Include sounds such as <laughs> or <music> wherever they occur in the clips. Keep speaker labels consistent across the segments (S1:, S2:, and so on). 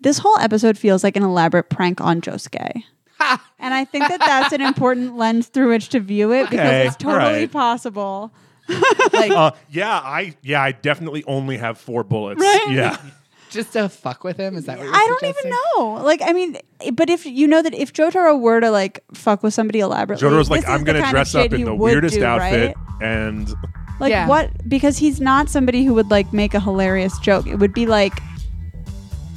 S1: This whole episode feels like an elaborate prank on Josuke. And I think that that's an
S2: <laughs>
S1: important lens through which to view it because
S3: Okay,
S1: it's totally
S3: alright.
S1: possible.
S2: <laughs> like
S3: Uh, yeah, I yeah, I definitely only have four bullets.
S1: Right?
S3: Yeah.
S2: just to fuck with him. Is that what you're
S1: I don't
S2: suggesting?
S1: even know. Like, I mean, but if you know that if Jotaro were to like fuck with somebody elaborately,
S3: Jotaro's like,
S1: this is
S3: I'm
S1: the
S3: gonna
S1: kind of
S3: dress
S1: shit
S3: up in
S1: he
S3: the
S1: would
S3: weirdest
S1: do,
S3: outfit
S1: right?
S3: and
S1: Like
S2: Yeah.
S1: what? Because he's not somebody who would like make a hilarious joke. It would be like,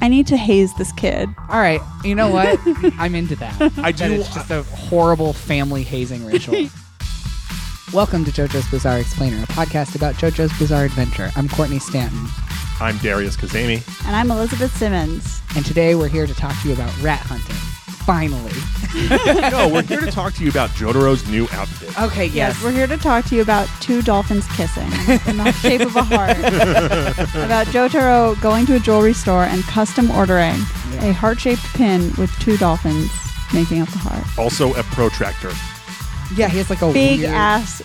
S1: I need to haze this kid.
S2: All right, you know
S1: <laughs>
S2: what? I'm into that.
S3: I
S2: That
S3: do-
S2: it's just a horrible family
S1: <laughs>
S2: hazing ritual. Welcome to JoJo's Bizarre Explainer, a podcast about JoJo's Bizarre Adventure. I'm Courtney Stanton,
S3: I'm
S1: <laughs>
S3: Darius Kazemi.
S1: And I'm Elizabeth Simmons.
S2: and today we're here to talk to you about rat hunting. Finally.
S3: No, we're here to talk to you about Jotaro's new outfit.
S2: Okay,
S1: Yes, we're here to talk to you about two dolphins kissing in <laughs> the shape of a heart. about Jotaro going to a jewelry store and custom ordering a heart-shaped pin with two dolphins making up the heart.
S3: Also a protractor.
S2: yeah, he has like a
S1: Big
S2: weird-
S1: ass,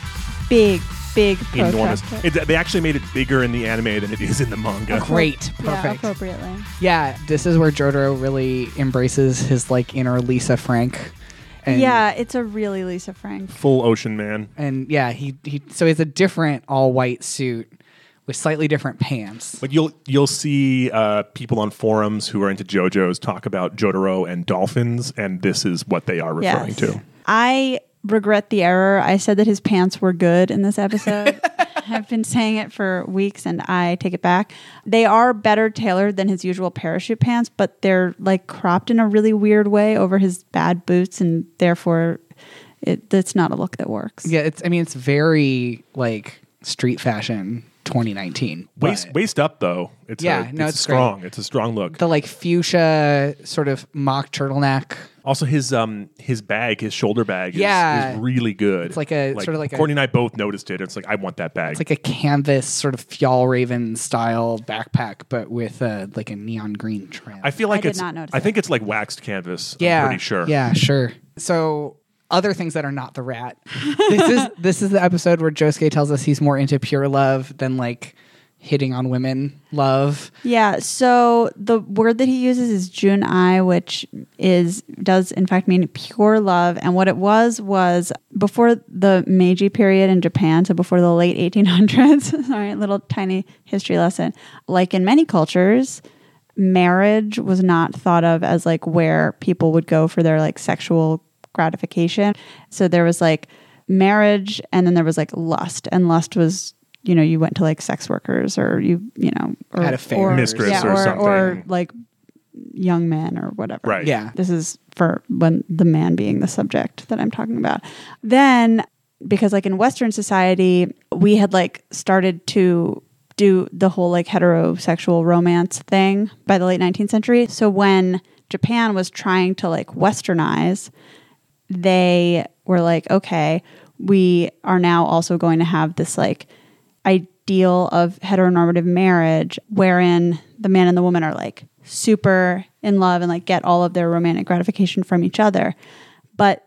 S1: big, big protractor.
S3: Enormous. It, they actually made it bigger in the anime than it is in the manga.
S2: Great,
S1: <laughs> Yeah,
S2: perfect. Yeah,
S1: appropriately.
S2: this is where Jotaro really embraces his like inner Lisa Frank. And
S1: yeah, it's a really Lisa Frank.
S3: Full ocean man.
S2: and yeah, he, he so he has a different all white suit with slightly different pants.
S3: But you'll you'll see uh, people on forums who are into JoJo's talk about Jotaro and dolphins, and this is what they are referring
S1: Yes.
S3: to.
S1: I regret the error. I said that his pants were good in this
S3: <laughs>
S1: episode. I've been saying it for weeks and I take it back. They are better tailored than his usual parachute pants, but they're like cropped in a really weird way over his bad boots and therefore it that's not a look that works.
S2: Yeah, it's I mean it's very like street fashion 2019. but
S3: Waist waist up though. It's
S2: Yeah,
S3: a,
S2: no,
S3: it's
S2: it's great.
S3: strong. It's a strong look.
S2: the like fuchsia sort of mock turtleneck.
S3: Also, his um his bag, his shoulder bag, is,
S2: Yeah.
S3: is really good. It's
S2: like a- sort of like a-
S3: Courtney and I both noticed it. It's like I want that bag.
S2: It's like a canvas sort of Fjall Raven style backpack, but with uh, like a neon green trim.
S3: I feel like
S1: did
S3: it's.
S1: not notice
S3: I think it's like waxed canvas.
S2: yeah,
S3: I'm pretty sure.
S2: Yeah, sure. So other things that are not
S3: <laughs>
S2: the rat. this is this is the episode where Josuke tells us he's more into pure love than like hitting on women love.
S1: Yeah, so the word that he uses is junai, which is does in fact mean pure love. And what it was was before the Meiji period in Japan, so before the late 1800s. <laughs> Sorry, little tiny history lesson. Like in many cultures, marriage was not thought of as like where people would go for their like sexual gratification. So there was like marriage and then there was like lust and lust was you know you went to like sex workers or you you know or
S2: Had affairs.
S3: Mistress
S1: yeah,
S3: or something.
S1: or like young men or whatever
S3: Right.
S2: Yeah.
S1: this is for when the man being the subject that I'm talking about. Then, because like in Western society, we had like started to do the whole like heterosexual romance thing by the late 19th century. So when Japan was trying to like westernize, they were like, okay, we are now also going to have this like ideal of heteronormative marriage wherein the man and the woman are like super in love and like get all of their romantic gratification from each other. But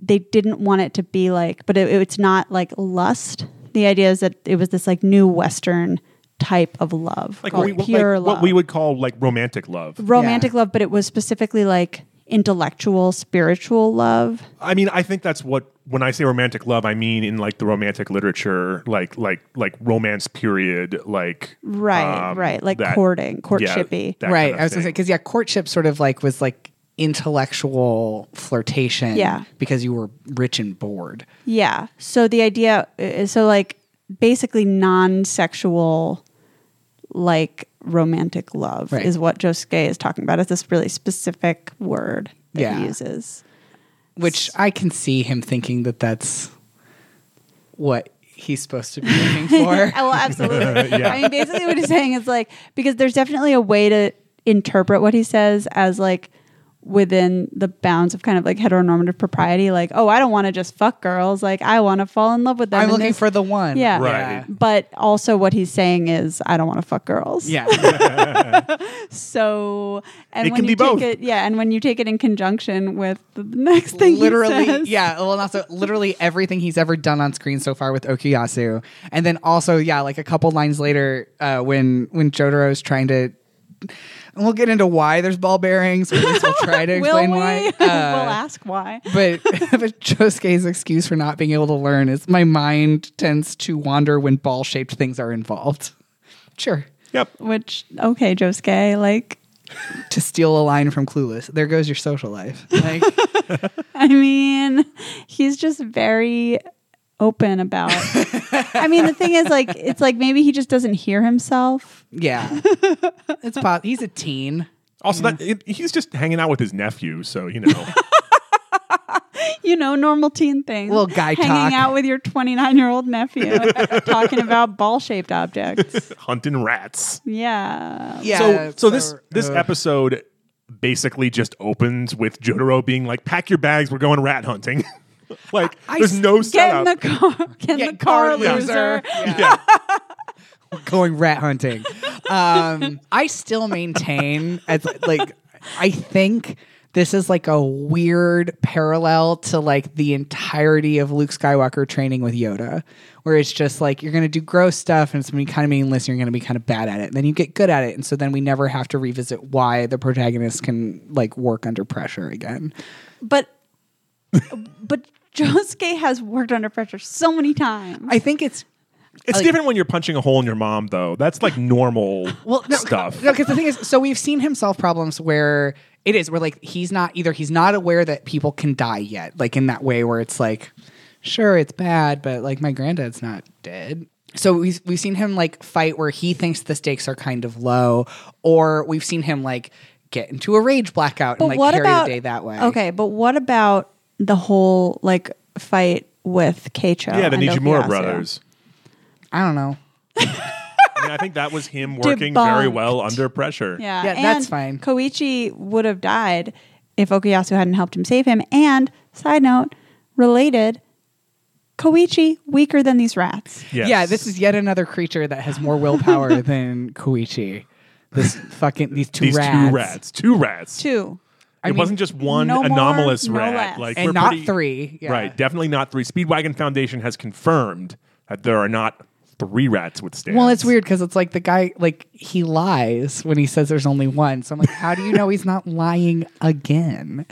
S1: they didn't want it to be like, but it, it's not like lust. The idea is that it was this like new Western type of love,
S3: Like,
S1: called
S3: we, like
S1: pure love
S3: what we would call like romantic love.
S1: romantic
S2: Yeah.
S1: love, but it was specifically like intellectual, spiritual love.
S3: I mean, I think that's what when I say romantic love, I mean in like the romantic literature, like like like romance period, like
S1: Right,
S3: um,
S1: right. Like
S3: that-
S1: courting,
S3: yeah,
S1: courtshipy.
S3: that
S2: right.
S3: kind of
S2: I was gonna say
S3: thing.
S2: because yeah, courtship sort of like was like intellectual flirtation.
S1: Yeah.
S2: because you were rich and bored.
S1: Yeah. So the idea is so like basically non-sexual like romantic love
S2: Right.
S1: is what Josuke is talking about. It's this really specific word that
S2: Yeah.
S1: he
S2: <laughs>
S1: uses.
S2: Which I can see him thinking that that's what he's supposed to be
S1: <laughs>
S2: looking for.
S1: Oh, well, absolutely.
S3: <laughs> Yeah.
S1: I mean, basically, what he's saying is like because there's definitely a way to interpret what he says as like within the bounds of kind of like heteronormative propriety. Like, oh, I don't want to just fuck girls. Like, I want to fall in love with them.
S2: I'm
S1: And
S2: looking
S1: this-
S2: for the one.
S1: Yeah.
S3: Right.
S1: But also, what he's saying is, I don't want to fuck girls.
S2: Yeah.
S1: <laughs> So, and
S3: It
S1: when
S3: can
S1: you
S3: be
S1: take
S3: both.
S1: it, yeah, and when you take it in conjunction with the next thing, he
S2: literally,
S1: says.
S2: yeah. Well, and also literally everything he's ever done on screen so far with Okuyasu, and then also, yeah, like a couple lines later, uh, when when Jotaro's trying to and we'll get into why there's ball bearings. Or at least we'll try to
S1: <laughs>
S2: explain
S1: Will we?
S2: why.
S1: we'll
S2: Uh,
S1: ask why.
S2: but <laughs> but Josuke's excuse for not being able to learn is my mind tends to wander when ball shaped things are involved. Sure.
S3: Yep.
S1: Which okay, Josuke, like
S2: To steal a line from Clueless, there goes your social life. Like, <laughs>
S1: I mean, he's just very open
S2: <laughs>
S1: about. I mean, the thing is, like, it's like maybe he just doesn't hear himself. <laughs>
S2: yeah, it's pos- he's a teen.
S3: Also, that it, he's just hanging out with his nephew, so you
S2: <laughs>
S3: know.
S1: You know, normal teen things.
S2: Little guy
S1: hanging
S2: talk.
S1: out with your twenty-nine-year-old
S2: <laughs>
S1: nephew, talking about ball-shaped objects.
S3: hunting rats.
S1: Yeah.
S2: Yeah.
S3: so so this
S2: or-
S3: this
S2: uh,
S3: episode basically just opens with Jotaro being like, "Pack your bags, we're going rat hunting." <laughs> like,
S2: I
S3: there's
S2: s-
S1: Get
S3: no
S1: in
S3: setup.
S1: the car. <laughs> Get in the car, <laughs> loser.
S3: <laughs> yeah.
S2: going rat hunting. Um, <laughs> I still maintain as like I think this is like a weird parallel to like the entirety of Luke Skywalker training with Yoda, where it's just like you're gonna do gross stuff and it's gonna be kind of meaningless. And you're gonna be kind of bad at it, and then you get good at it, and so then we never have to revisit why the protagonist can like work under pressure again.
S1: But but Josuke has worked under pressure so many times.
S2: I think it's <laughs>
S3: It's different when you're punching a hole in your mom, though. That's like normal
S2: well no,
S3: stuff.
S2: No, because the thing is, so we've seen him solve problems where it is where like he's not either he's not aware that people can die yet, like in that way where it's like, sure, it's bad, but like my granddad's not dead. So we've we've seen him like fight where he thinks the stakes are kind of low, or we've seen him like get into a rage blackout and like carry the day that way.
S1: Okay, but what about the whole like fight with Keicho?
S3: yeah, the
S1: and
S3: Nijimura
S1: Okuyasu?
S3: brothers.
S2: I don't know.
S3: I mean, I think that was him working very
S1: Debunked.
S3: well under pressure.
S1: Yeah,
S2: Yeah,
S1: and
S2: that's fine.
S1: Koichi would have died if Okuyasu hadn't helped him save him. And side note, related, Koichi weaker than these rats.
S3: Yes.
S2: Yeah, this is yet another creature that has more willpower than Koichi. This fucking these two
S3: these
S2: rats.
S3: two rats. Two rats.
S1: Two.
S3: it
S2: mean,
S3: wasn't just one
S1: no more,
S3: anomalous
S1: no
S3: rat.
S1: less.
S3: Like
S2: And
S3: we're
S2: not
S3: pretty-
S2: three. Yeah.
S3: Right, definitely not three. Speedwagon Foundation has confirmed that there are not three rats with stands.
S2: Well, it's weird because it's like the guy, like he lies when he says there's only one. So I'm like, how do you know he's not lying again?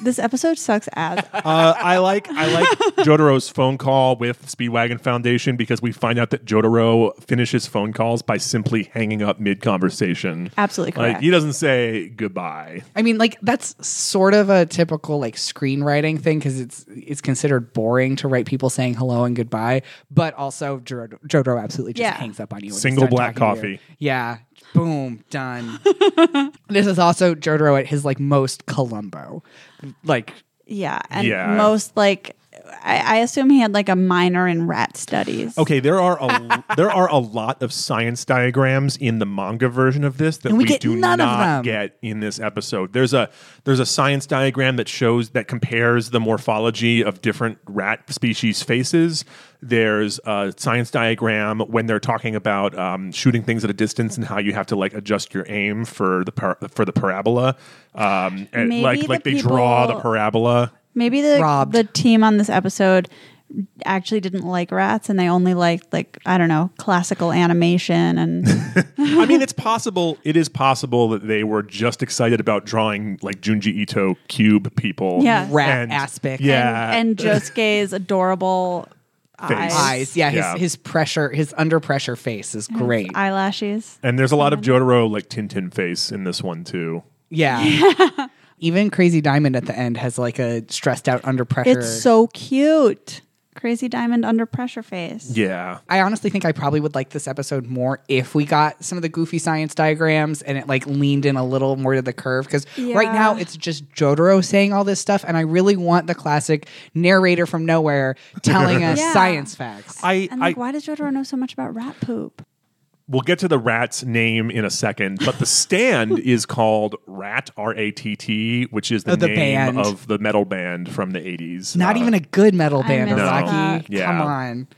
S1: This episode sucks as
S3: Uh, I like I like <laughs> Jotaro's phone call with Speedwagon Foundation because we find out that Jotaro finishes phone calls by simply hanging up mid conversation.
S1: Absolutely
S3: Like
S1: correct.
S3: he doesn't say goodbye.
S2: I mean, like that's sort of a typical like screenwriting thing because it's it's considered boring to write people saying hello and goodbye. But also, Jod- Jodro absolutely just
S1: Yeah.
S2: hangs up on you. when he's
S3: Single
S2: done
S3: black
S2: talking to you.
S3: coffee.
S2: Yeah. Boom. Done. <laughs> this is also Jodro at his like most Columbo, like.
S1: yeah, and
S3: Yeah.
S1: most like I, I assume he had like a minor in rat studies.
S3: Okay, there are
S2: <laughs>
S3: a there are a lot of science diagrams in the manga version of this that
S2: And we
S3: we,
S2: get
S3: do
S2: none of them.
S3: not get in this episode. There's a there's a science diagram that shows that compares the morphology of different rat species faces. There's a science diagram when they're talking about um, shooting things at a distance and how you have to like adjust your aim for the par- for the parabola. Um, and
S1: Maybe
S3: like
S1: the
S3: like they draw
S1: people-
S3: the parabola.
S1: Maybe the
S2: Robbed.
S1: the team on this episode actually didn't like rats and they only liked like I don't know classical animation
S3: <laughs>
S1: and
S3: I mean, it's possible. It is possible that they were just excited about drawing like Junji Ito cube people.
S1: Yeah.
S2: Rat aspect.
S3: Yeah.
S1: and Josuke's adorable
S3: Face.
S1: eyes,
S2: Eyes, yeah, his
S3: Yeah.
S2: his pressure, his under pressure face is great.
S1: eyelashes.
S3: And there's a lot of Jotaro like Tintin face in this one too.
S1: <laughs>
S2: Yeah. Even Crazy Diamond at the end has like a stressed out under pressure.
S1: It's so cute. Crazy diamond under pressure face.
S3: Yeah.
S2: I honestly think I probably would like this episode more if we got some of the goofy science diagrams and it like leaned in a little more to the curve because right
S1: Yeah.
S2: now it's just Jotaro saying all this stuff and I really want the classic narrator from nowhere
S1: <laughs>
S2: telling us
S1: Yeah.
S2: science facts.
S3: I,
S1: And
S3: I
S1: like, why does Jotaro know so much about rat poop?
S3: we'll get to the rat's name in a second, but
S1: <laughs>
S3: the stand is called Rat R A T T, which is the,
S2: Oh, the
S3: name
S2: band.
S3: of the metal band from the 80s.
S2: Not
S3: Uh,
S2: even a good metal band,
S1: missed
S2: Araki.
S1: that.
S3: Yeah.
S2: Come on.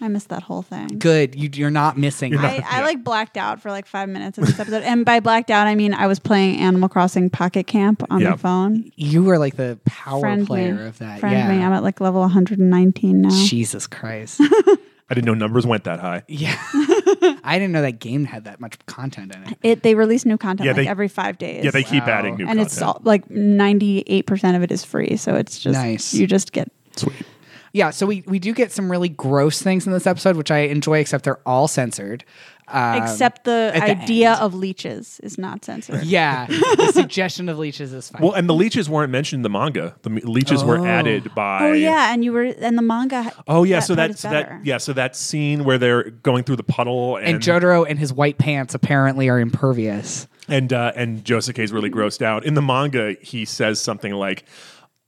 S1: I missed that whole thing.
S2: Good. You, you're not missing
S3: <laughs>
S2: it.
S1: I, I like blacked out for like five minutes in this episode, and by blacked out I mean I was playing Animal Crossing Pocket Camp on
S3: Yeah.
S1: my phone.
S2: You were like the power player
S1: me.
S2: of that.
S1: Friend
S2: yeah.
S1: me. I'm at like level 119 now.
S2: Jesus Christ.
S3: I didn't know numbers went that high.
S1: <laughs>
S2: Yeah. <laughs> I didn't know that game had that much content in it.
S1: It they release new content
S3: Yeah,
S1: like
S3: they-
S1: every five days.
S3: Yeah, they keep
S2: Wow.
S3: adding new
S1: and
S3: content.
S1: it's all, like ninety eight percent of it is free, so it's just
S2: Nice.
S1: You just get
S3: Sweet.
S2: Yeah, so we, we do get some really gross things in this episode, which I enjoy, except they're all censored. Um,
S1: except the
S2: at the
S1: idea
S2: end.
S1: of leeches is not censored. <laughs>
S2: Yeah, the suggestion of leeches is fine.
S3: Well, and the leeches weren't mentioned in the manga. The me- leeches were added by.
S1: Oh yeah, and you were and the manga.
S3: Oh yeah, so
S1: part
S3: that
S1: is
S3: so
S1: better.
S3: that yeah, so that scene where they're going through the puddle and
S2: and Jotaro and his white pants apparently are impervious.
S3: and uh, and Josuke's really grossed out. In the manga, he says something like,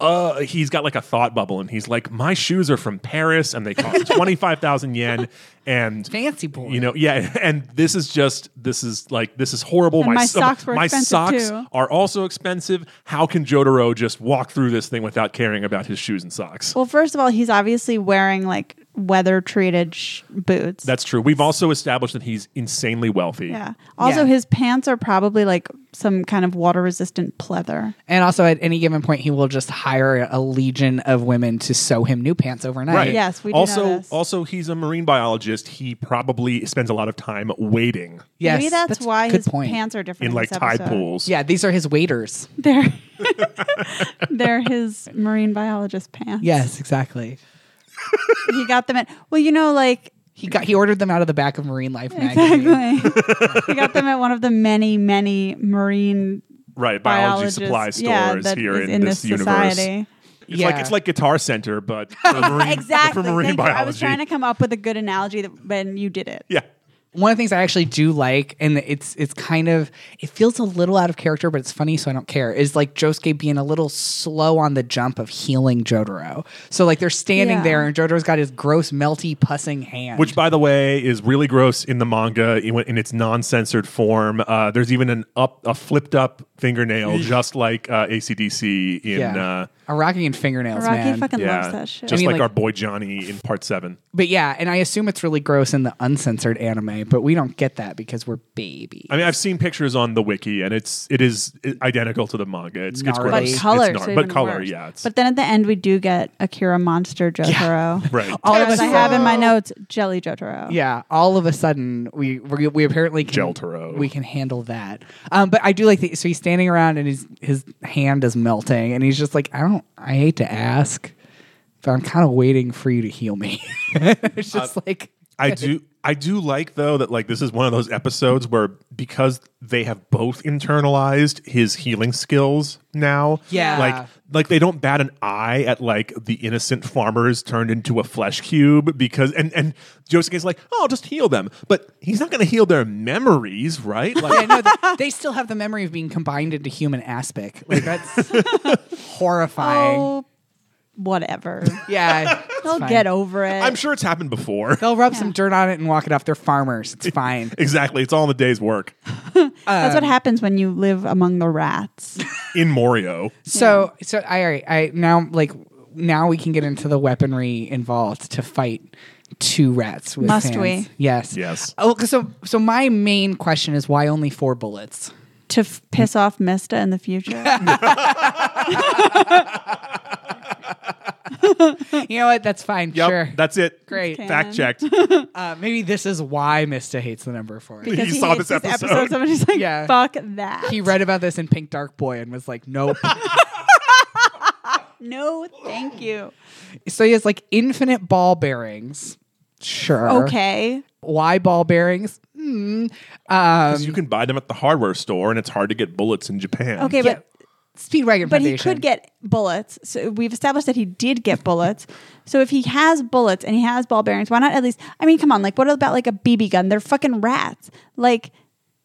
S3: "Uh, he's got like a thought bubble, and he's like, my shoes are from Paris, and they cost
S1: <laughs>
S3: twenty five thousand yen, and
S2: Fancy boy.
S3: you know, yeah, <laughs> and this is just this is like this is horrible.
S1: And my
S3: so-
S1: socks were
S3: my
S1: expensive,
S3: socks
S1: too."
S3: are also expensive. How can Jotaro just walk through this thing without caring about his shoes and socks?
S1: Well, first of all, he's obviously wearing like weather treated sh- boots.
S3: That's true. We've also established that he's insanely wealthy.
S1: yeah. Also,
S2: Yeah.
S1: his pants are probably like some kind of water resistant pleather.
S2: And also, at any given point, he will just hire a legion of women to sew him new pants overnight.
S3: Right.
S1: Uh, Yes, we do know
S3: also
S1: this.
S3: also he's a marine biologist. He probably spends a lot of time waiting
S2: Yes,
S1: Maybe that's,
S2: a
S1: why
S2: good
S1: his
S2: point.
S1: pants are different
S3: in like
S1: this
S3: tide
S1: episode.
S3: pools.
S2: Yeah, these are his waiters.
S1: <laughs> They're <laughs> they're his marine biologist pants.
S2: Yes, exactly.
S1: he got them at. Well, you know, like
S2: He got he ordered them out of the back of Marine Life magazine.
S1: exactly. <laughs> he got them at one of the many, many marine
S3: Right.
S1: biologists,
S3: Biology supply
S1: yeah,
S3: stores
S1: that
S3: here
S1: is
S3: in, this, universe.
S1: society.
S3: It's
S2: Yeah.
S3: like it's like Guitar
S1: <laughs>
S3: Center, but for marine,
S1: Exactly.
S3: for marine
S1: Thank you.
S3: biology.
S1: I was trying to come up with a good analogy that when you did it.
S3: yeah.
S2: One of the things I actually do like, and it's it's kind of it feels a little out of character, but it's funny, so I don't care. Is like Josuke being a little slow on the jump of healing Jotaro. So like they're standing
S1: Yeah.
S2: there, and Jotaro's got his gross, melty, pussing hand.
S3: Which, by the way, is really gross in the manga in, in its non-censored form. Uh, there's even an up, a flipped-up fingernail, just like uh, ACDC in, uh,
S2: a Rocky and fingernails,
S1: Rocky
S2: man.
S1: fucking
S3: yeah,
S1: loves that shit.
S3: just
S2: I mean,
S3: like,
S2: like-
S3: our boy Johnny in Part Seven.
S2: But yeah, and I assume it's really gross in the uncensored anime, but we don't get that because we're baby.
S3: I mean, I've seen pictures on the wiki, and it's it is identical to the manga. It's, it's
S2: Gnarly.
S3: gross.
S2: But
S3: It's
S1: colors,
S3: gnar-
S1: are
S3: but
S1: even
S3: color,
S1: worse.
S3: yeah. It's,
S1: But then at the end, we do get Akira Monster Jotaro.
S3: <laughs> right.
S1: All as I have in my
S2: Jotaro.
S1: notes, Jelly Jotaro.
S2: yeah, all of a sudden we we, we apparently can,
S3: Geltaro.
S2: we can handle that. Um, but I do like the so he's standing around and his his hand is melting and he's just like I don't I hate to ask, but I'm kind of waiting for you to heal me. <laughs> it's just like
S3: I do I do like though that like this is one of those episodes where because they have both internalized his healing skills now.
S2: Yeah.
S3: Like like they don't bat an eye at like the innocent farmers turned into a flesh cube because and and Josuke's like, "Oh, I'll just heal them." But he's not going to heal their memories, right?
S2: <laughs> <laughs> yeah,
S3: Like
S2: no, th- they still have the memory of being combined into human aspic. Like that's <laughs> horrifying.
S1: Oh, whatever.
S2: <laughs> Yeah, it's
S1: They'll
S2: fine.
S1: get over it.
S3: I'm sure it's happened before. <laughs>
S2: They'll rub some dirt on it and walk it off. They're farmers. It's fine.
S3: exactly. It's all in the day's work
S1: That's what happens when you live among the rats. <laughs>
S3: in Morio.
S2: So so I all right, I now like now we can get into the weaponry involved to fight two rats with
S1: Must
S2: hands.
S1: we?
S2: Yes.
S3: Yes.
S2: Oh, 'cause so so my main question is why only four bullets? <laughs>
S1: to f- piss off Mista in the
S3: <laughs>
S1: future.
S2: You know what? That's fine.
S3: Yep,
S2: Sure.
S3: that's it.
S2: Great.
S1: Okay. <laughs>
S3: Fact checked.
S2: Uh, maybe this is why Mista hates the number four.
S1: Because
S3: You saw
S1: hates
S3: this
S1: <laughs>
S3: episode.
S1: Somebody's like,
S2: Yeah.
S1: fuck that.
S2: <laughs> He read about this in Pink Dark Boy and was like, nope.
S1: no, thank you.
S2: so he has like infinite ball bearings. Sure.
S1: Okay.
S2: Why ball bearings? Hmm. Um,
S3: you can buy them at the hardware store, and it's hard to get bullets in Japan.
S1: Okay,
S2: yeah,
S1: but
S2: Speedwagon
S1: but he
S2: Foundation.
S1: could get bullets. So we've established that he did get bullets. So if he has bullets and he has ball bearings, why not at least? I mean, come on. Like, what about like a BB gun? They're fucking rats. Like,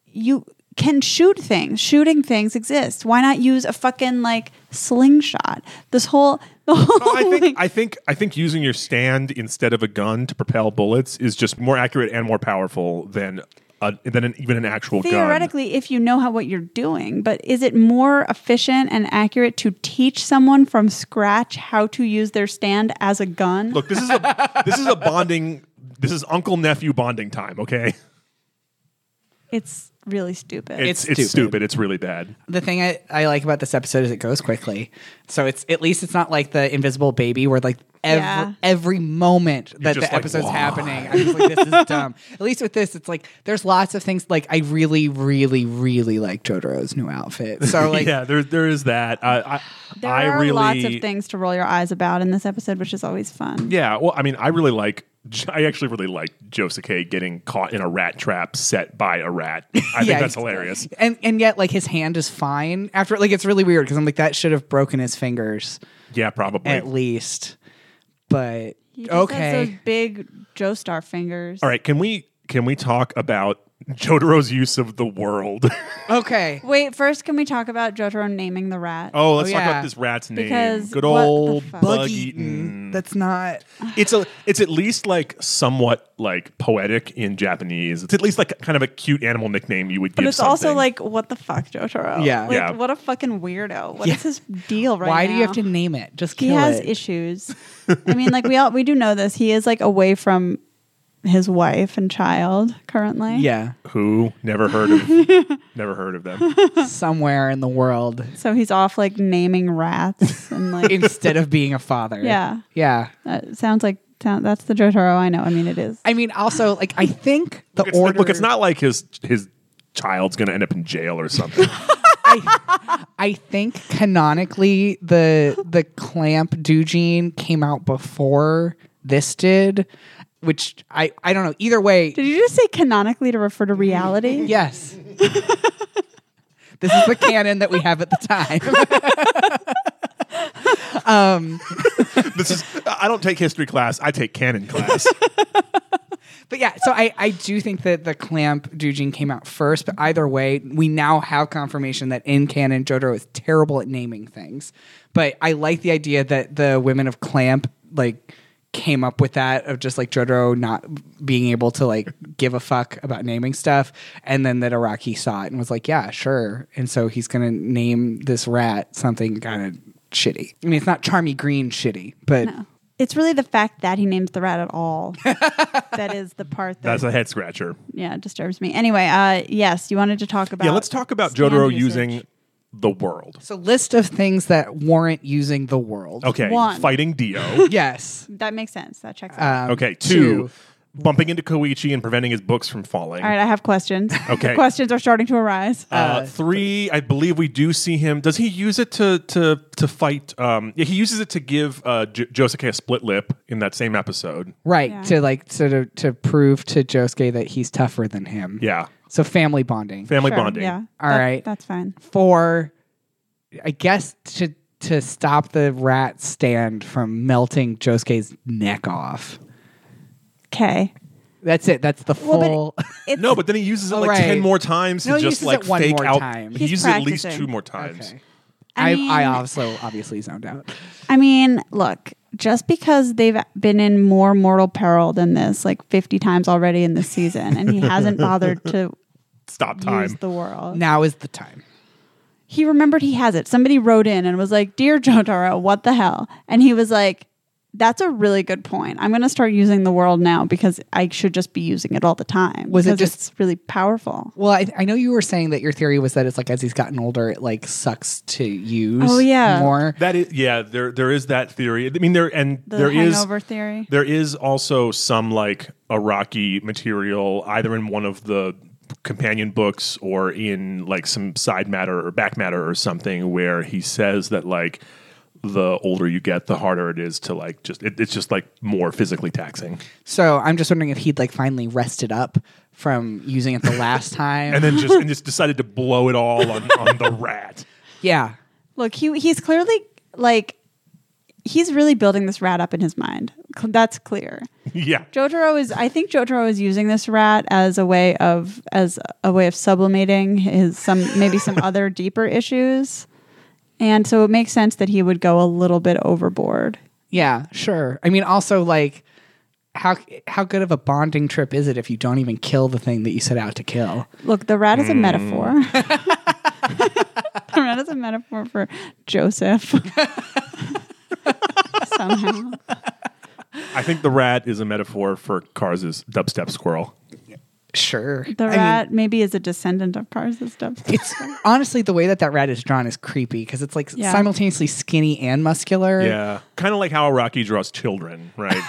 S1: you can shoot things. Shooting things exists. Why not use a fucking like slingshot? This whole <laughs> the whole.
S3: I
S1: like-
S3: think
S1: <laughs>
S3: I think I think using your stand instead of a gun to propel bullets is just more accurate and more powerful than a, than an, even an actual
S1: theoretically if you know how what you're doing but is it more efficient and accurate to teach someone from scratch how to use their stand as a gun
S3: gun. Look, this is a this is a bonding. This is uncle nephew bonding time. Okay,
S1: it's really stupid.
S3: It's,
S2: It's
S3: it's
S2: stupid.
S3: stupid. It's really bad.
S2: The thing I, I like about this episode is it goes quickly. So it's at least it's not like the invisible baby where like every
S1: Yeah.
S2: every moment that the
S3: just like,
S2: episode's
S3: "Why?"
S2: happening. I'm just like, this
S3: <laughs>
S2: is dumb. At least with this, it's like there's lots of things like I really, really, really like Jotaro's new outfit.
S3: <laughs>
S2: So like
S3: yeah, there there is that. I I,
S1: there
S3: I
S1: are
S3: really
S1: lots of things to roll your eyes about in this episode, which is always fun.
S3: Yeah, well, I mean, I really like. I actually really like Josuke getting caught in a rat trap set by
S1: <laughs>
S3: a rat. I
S2: Yeah,
S3: think that's
S2: he's-
S3: hilarious.
S2: And and yet like his hand is fine after like it's really weird because I'm like that should have broken his fingers
S3: Yeah, probably.
S2: at least. But
S1: He just
S2: okay.
S1: has those big Joestar fingers.
S3: All right, can we can we talk about Jotaro's use of the world? <laughs>
S2: Okay.
S1: Wait, first, can we talk about Jotaro naming the rat?
S3: oh, let's
S2: Oh,
S3: talk
S2: yeah.
S3: about this rat's name.
S1: Because
S3: Good
S1: what the
S3: old
S1: fuck?
S3: bug
S2: Eaten.
S3: eaten.
S2: That's not
S3: <sighs> It's a it's at least like somewhat like poetic in Japanese. It's at least like kind of a cute animal nickname you would give.
S1: But it's also
S3: something.
S1: like, what the fuck, Jotaro?
S2: Yeah.
S1: Like,
S3: Yeah.
S1: what a fucking weirdo. What is
S2: Yeah.
S1: his deal right
S2: Why
S1: now?
S2: do you have to name it? Just
S1: He
S2: kill
S1: has
S2: it. <laughs>
S1: issues. I mean, like, we all, we do know this. He is, like, away from his wife and child currently. <laughs>
S2: Yeah,
S3: who never heard of never heard of them.
S2: somewhere in the world
S1: So he's off, like, naming rats and,
S2: <laughs>
S1: like,
S2: instead of being a father.
S1: Yeah.
S2: Yeah.
S1: that sounds like, sound- that's the Jotaro I know. I mean, it is.
S2: I mean, also, like, I think the
S3: It's-
S2: order.
S3: Look, it's not like his his child's gonna end up in jail or something.
S2: I, I think canonically, the the clamp Dugene came out before this did, which I I don't know. Either way,
S1: Did you just say canonically to refer to reality? <laughs>
S2: yes. this is the canon that we have at the time.
S3: <laughs> this is I don't take history class. I take canon class.
S2: But yeah, so I, I do think that the clamp Dujin came out first, but either way, we now have confirmation that in canon Jotaro is terrible at naming things. But I like the idea that the women of clamp like came up with that of just like Jotaro not being able to like give a fuck about naming stuff and then that Araki saw it and was like, "Yeah, sure." And so he's going to name this rat something kind of shitty. I mean, it's not Charmy Green shitty, but
S1: It's really the fact that he names the rat at all <laughs> that is the part that
S3: <laughs> That's a head scratcher.
S1: yeah disturbs me. Anyway, uh, yes, you wanted to talk about
S3: Yeah, let's talk about
S1: stand
S3: Jotaro
S1: usage.
S3: using the world.
S2: it's a list of things that warrant using the world.
S3: Okay,
S1: One. <laughs>
S3: fighting Dio.
S2: Yes.
S1: That makes sense. That checks out.
S3: okay, two, bumping into Koichi and preventing his books from falling.
S1: all right, I have questions.
S3: <laughs>
S1: <laughs>
S3: Okay.
S1: questions are starting to arise.
S3: Uh, three, I believe we do see him. Does he use it to to to fight? Um, yeah, he uses it to give uh, J- Josuke a split lip in that same episode.
S2: Right.
S1: Yeah.
S2: To like sort of to prove to Josuke that he's tougher than him.
S3: Yeah,
S2: So family bonding.
S3: family
S1: Sure,
S3: bonding.
S1: Yeah. All
S2: All
S1: right,
S2: right.
S1: That's fine.
S2: For I guess to to stop the rat stand from melting Josuke's neck off.
S1: Okay.
S2: That's it. That's the
S1: Well, but
S2: full
S1: It's
S3: No, but then he uses it
S2: Oh,
S3: like
S2: right.
S3: ten more times to
S2: No, he
S3: just
S2: uses
S3: like
S2: it one
S3: fake
S2: more
S3: out.
S2: time.
S3: He
S1: He's
S3: uses it at least
S1: practicing.
S3: two more times.
S2: <laughs>
S1: I
S2: Okay. I,
S1: mean-
S2: I also obviously zoned out.
S1: I mean, look, just because they've been in more mortal peril than this, like fifty times already in this season, and
S3: <laughs>
S1: he hasn't bothered to
S3: Stop
S1: use
S3: time.
S1: the world.
S2: Now is the time.
S1: he remembered he has it. Somebody wrote in and was like, Dear Jotaro, what the hell? And he was like, That's a really good point. I'm going to start using the world now because I should just be using it all the time.
S2: Was it
S1: because
S2: just-
S1: it's really powerful?
S2: Well, I, I know you were saying that your theory was that it's like as he's gotten older, it like sucks to use
S1: Oh, yeah.
S2: more.
S3: That is, yeah, there there is that theory. I mean, there and
S1: The
S3: there is
S1: hangover theory.
S3: there is also some like Iraqi material either in one of the companion books or in like some side matter or back matter or something where he says that like the older you get, the harder it is to like just it, it's just like more physically taxing,
S2: So I'm just wondering if he'd like finally rested up from using it the
S3: <laughs>
S2: last time.
S3: and then just and just decided to blow it all on, on
S2: <laughs>
S3: the rat.
S2: yeah.
S1: Look, he, he's clearly like, he's really building this rat up in his mind. Cl- That's clear.
S3: Yeah,
S1: Jotaro is I think Jotaro is using this rat as a way of as a way of sublimating his some maybe
S2: <laughs>
S1: some other deeper issues. And so it makes sense that he would go a little bit overboard.
S2: Yeah, sure. I mean also like how how good of a bonding trip is it if you don't even kill the thing that you set out to kill?
S1: Look, the rat
S2: Hmm.
S1: is a
S2: <laughs>
S1: metaphor. the rat is a metaphor for
S2: <laughs>
S1: Joseph. Somehow.
S3: I think the rat is a metaphor for Kars's dubstep squirrel.
S2: sure.
S1: The
S2: I mean,
S1: rat maybe is a descendant of Cars' stuff.
S2: <laughs> it's honestly the way that that rat is drawn is creepy because it's like
S1: Yeah.
S2: simultaneously skinny and muscular.
S3: Yeah, kind of like how Rocky draws children,
S2: <laughs>
S3: right?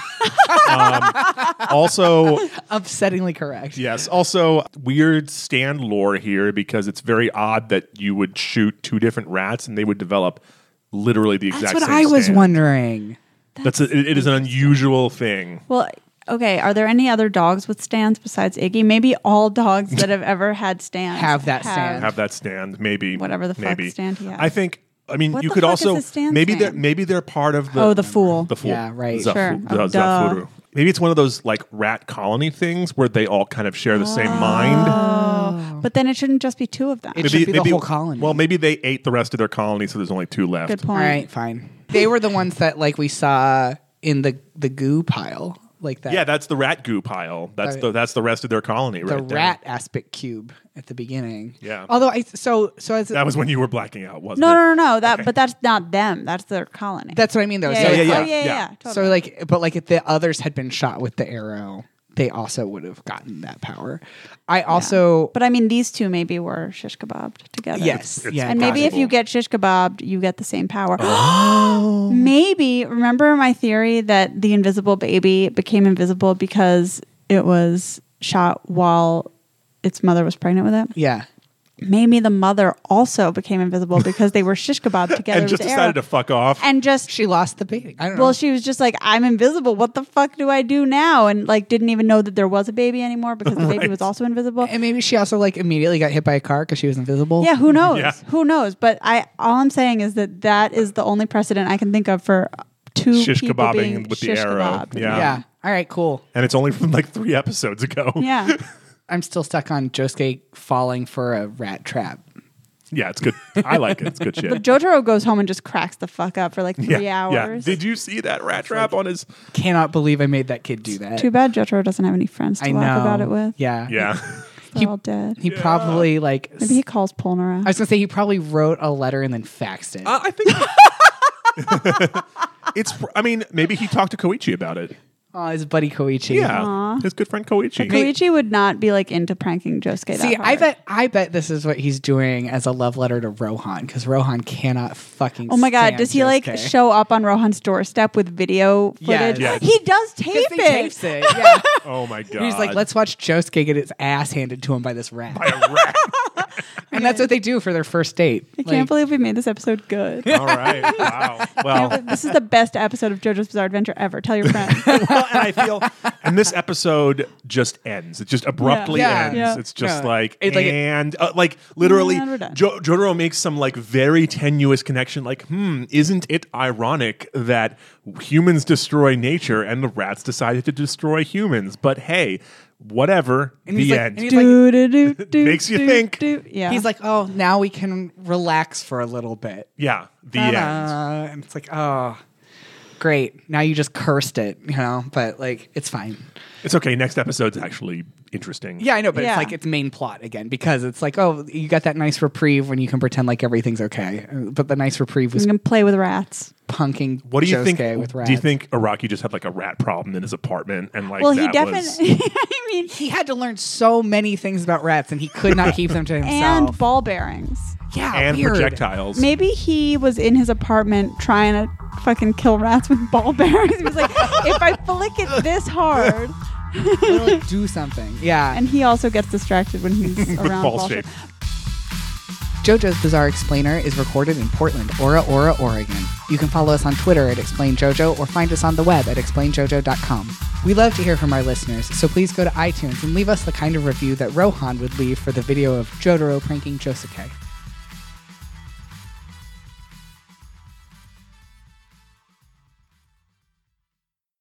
S3: um, also,
S2: Upsettingly correct.
S3: yes, also weird stand lore here because it's very odd that you would shoot two different rats and they would develop literally the exact
S2: That's what
S3: same.
S2: I was
S3: stand.
S2: wondering.
S3: That's a, it, it is an unusual thing.
S1: Well, okay. Are there any other dogs with stands besides Iggy? Maybe all dogs that have ever had stands
S2: Have that stand.
S3: Have that stand, maybe
S1: Whatever the fuck
S3: maybe.
S1: stand he has.
S3: I think. I mean,
S1: What
S3: you
S1: the
S3: could
S1: fuck
S3: also
S1: is a stand
S3: maybe they're
S1: stand?
S3: maybe they're part of the
S1: Oh, the fool.
S3: the fool.
S2: Yeah, right.
S3: Zafu-
S1: Sure.
S3: the
S1: Oh, duh.
S3: Zafuru. Maybe it's one of those like rat colony things where they all kind of share the same
S1: Oh.
S3: mind.
S1: But then it shouldn't just be two of them.
S2: It should be the whole colony.
S3: Well, maybe they ate the rest of their colony, so there's only two left.
S1: Good
S2: All
S1: point.
S2: right, fine. They were the ones that like we saw in the the goo pile, like that.
S3: Yeah, that's the rat goo pile. That's
S2: Right.
S3: the that's the rest of their colony.
S2: the
S3: right there.
S2: rat aspect cube at the beginning.
S3: Yeah.
S2: Although I so so as
S3: That was when you were blacking out, wasn't
S1: No,
S3: it?
S1: no, no, no. That, but that's not them. That's their colony.
S2: that's what I mean though.
S1: yeah,
S2: so
S1: yeah,
S2: it's
S1: yeah,
S3: yeah,
S1: Oh, yeah, yeah.
S3: yeah.
S1: yeah, totally.
S2: So like, but like if the others had been shot with the arrow, they also would have gotten that power. I also,
S1: but I mean, these two maybe were shish kebabbed together.
S2: yes,
S3: It's-
S2: yeah,
S1: and maybe if
S3: possible.
S1: you get shish kebabbed, you get the same
S2: <gasps>
S1: power.
S2: Oh.
S1: maybe remember my theory that the invisible baby became invisible because it was shot while its mother was pregnant with it.
S2: yeah.
S1: Maybe the mother also became invisible because they were shish
S2: <laughs>
S1: kebabbed together.
S3: And
S1: with
S3: just
S1: the
S3: decided
S1: arrow.
S3: to fuck off.
S1: and just
S2: She lost the baby. I don't know.
S1: well, she was just like, I'm invisible. What the fuck do I do now? And like, didn't even know that there was a baby anymore because the baby was also invisible.
S2: and maybe she also like immediately got hit by a car because she was invisible.
S1: Yeah, who knows?
S3: Yeah.
S1: Who knows? But I, all I'm saying is that that is the only precedent I can think of for two
S3: Shish
S1: people
S3: kebabbing
S1: being
S3: with the
S1: shish
S3: arrow.
S1: kebabbed.
S3: Yeah.
S2: Yeah. All right. Cool.
S3: and it's only from like three episodes ago.
S1: yeah.
S2: I'm still stuck on Josuke falling for a rat trap.
S3: <laughs> Yeah, it's good. I like it.
S1: <laughs>
S3: It's good shit.
S1: But Jotaro goes home and just cracks the fuck up for like
S3: yeah,
S1: three
S3: yeah.
S1: hours.
S3: Did you see that rat trap
S1: <laughs>
S3: on his?
S2: Cannot believe I made that kid do that.
S1: Too bad Jotaro doesn't have any friends to
S2: I
S1: laugh
S2: know.
S1: about it with.
S2: Yeah.
S3: Yeah.
S1: They're
S2: He-
S1: all dead.
S2: He probably like.
S1: Maybe he calls Polnareff.
S2: I was gonna say he probably wrote a letter and then faxed it.
S3: I think
S1: <laughs>
S3: it's. I mean, maybe he talked to Koichi about it.
S2: oh, his buddy Koichi.
S3: Yeah,
S1: Aw.
S3: his good friend Koichi.
S1: Uh-huh. Koichi would not be like into pranking Josuke.
S2: See,
S1: that hard.
S2: I bet I bet this is what he's doing as a love letter to Rohan because Rohan cannot fucking.
S1: Oh my god,
S2: stand
S1: does he like
S2: Josuke.
S1: show up on Rohan's doorstep with video
S2: Yes.
S1: footage?
S3: Yes.
S1: He does
S2: 'Cause
S1: tape
S2: he
S1: it.
S2: tapes it.
S1: <laughs>
S2: Yeah. <laughs>
S3: oh my god!
S2: He's
S3: <laughs>
S2: like, let's watch Josuke get his ass handed to him by this rat,
S3: By a rat.
S2: and that's what they do for their first date.
S1: I can't believe we made this episode good.
S2: <laughs>
S3: All right.
S1: <laughs>
S3: Wow. Well, and
S1: this is the best episode of JoJo's Bizarre Adventure ever. Tell your
S3: <laughs>
S1: friends.
S3: I feel, and this episode just ends. It just abruptly
S2: Yeah.
S3: ends.
S1: Yeah.
S3: It's just
S2: No.
S3: like,
S2: It's like it-
S3: and uh, like literally,
S1: And we're done.
S3: jo- Jotaro makes some like very tenuous connection. Like, hmm, isn't it ironic that humans destroy nature and the rats decided to destroy humans? But hey, whatever.
S2: And
S3: the
S2: he's like-
S3: end.
S2: and he's like-
S1: do, do,
S3: <laughs>
S1: do, do,
S3: Makes you
S1: do,
S3: think.
S1: do. Yeah.
S2: He's like, oh, now we can relax for a little bit.
S3: yeah. The end.
S2: Ta-da. And it's like, oh, great. Now you just cursed it, you know. But like, it's fine.
S3: It's okay. Next episode's actually interesting.
S2: Yeah, I know, but
S1: Yeah.
S2: it's like its main plot again because it's like, oh, you got that nice reprieve when you can pretend like everything's okay. Uh, But the nice reprieve
S1: I'm
S2: was
S1: going to play with rats.
S2: punking.
S3: What do you
S2: Josuke
S3: think?
S2: With rats.
S3: do you think Iraqi just had like a rat problem in his apartment and like
S1: well, he
S3: that was
S1: definitely, <laughs> I mean,
S2: he had to learn so many things about rats, and he could not keep them
S1: <laughs>
S2: to
S1: and
S2: himself?
S1: ball bearings.
S2: yeah,
S3: and
S2: weird.
S3: projectiles?
S1: Maybe he was in his apartment trying to fucking kill rats with ball <laughs> bearings. He was like, if I flick it this
S3: <laughs>
S1: hard.
S2: It'll, like, do something. Yeah.
S1: And he also gets distracted when he's around
S3: ball
S1: ball
S3: shape.
S1: shape.
S2: JoJo's Bizarre Explainer is recorded in Portland, Ora Ora, Oregon. You can follow us on Twitter at ExplainJoJo or find us on the web at explainjojo.com. We love to hear from our listeners, so please go to iTunes and leave us the kind of review that Rohan would leave for the video of Jotaro pranking Josuke.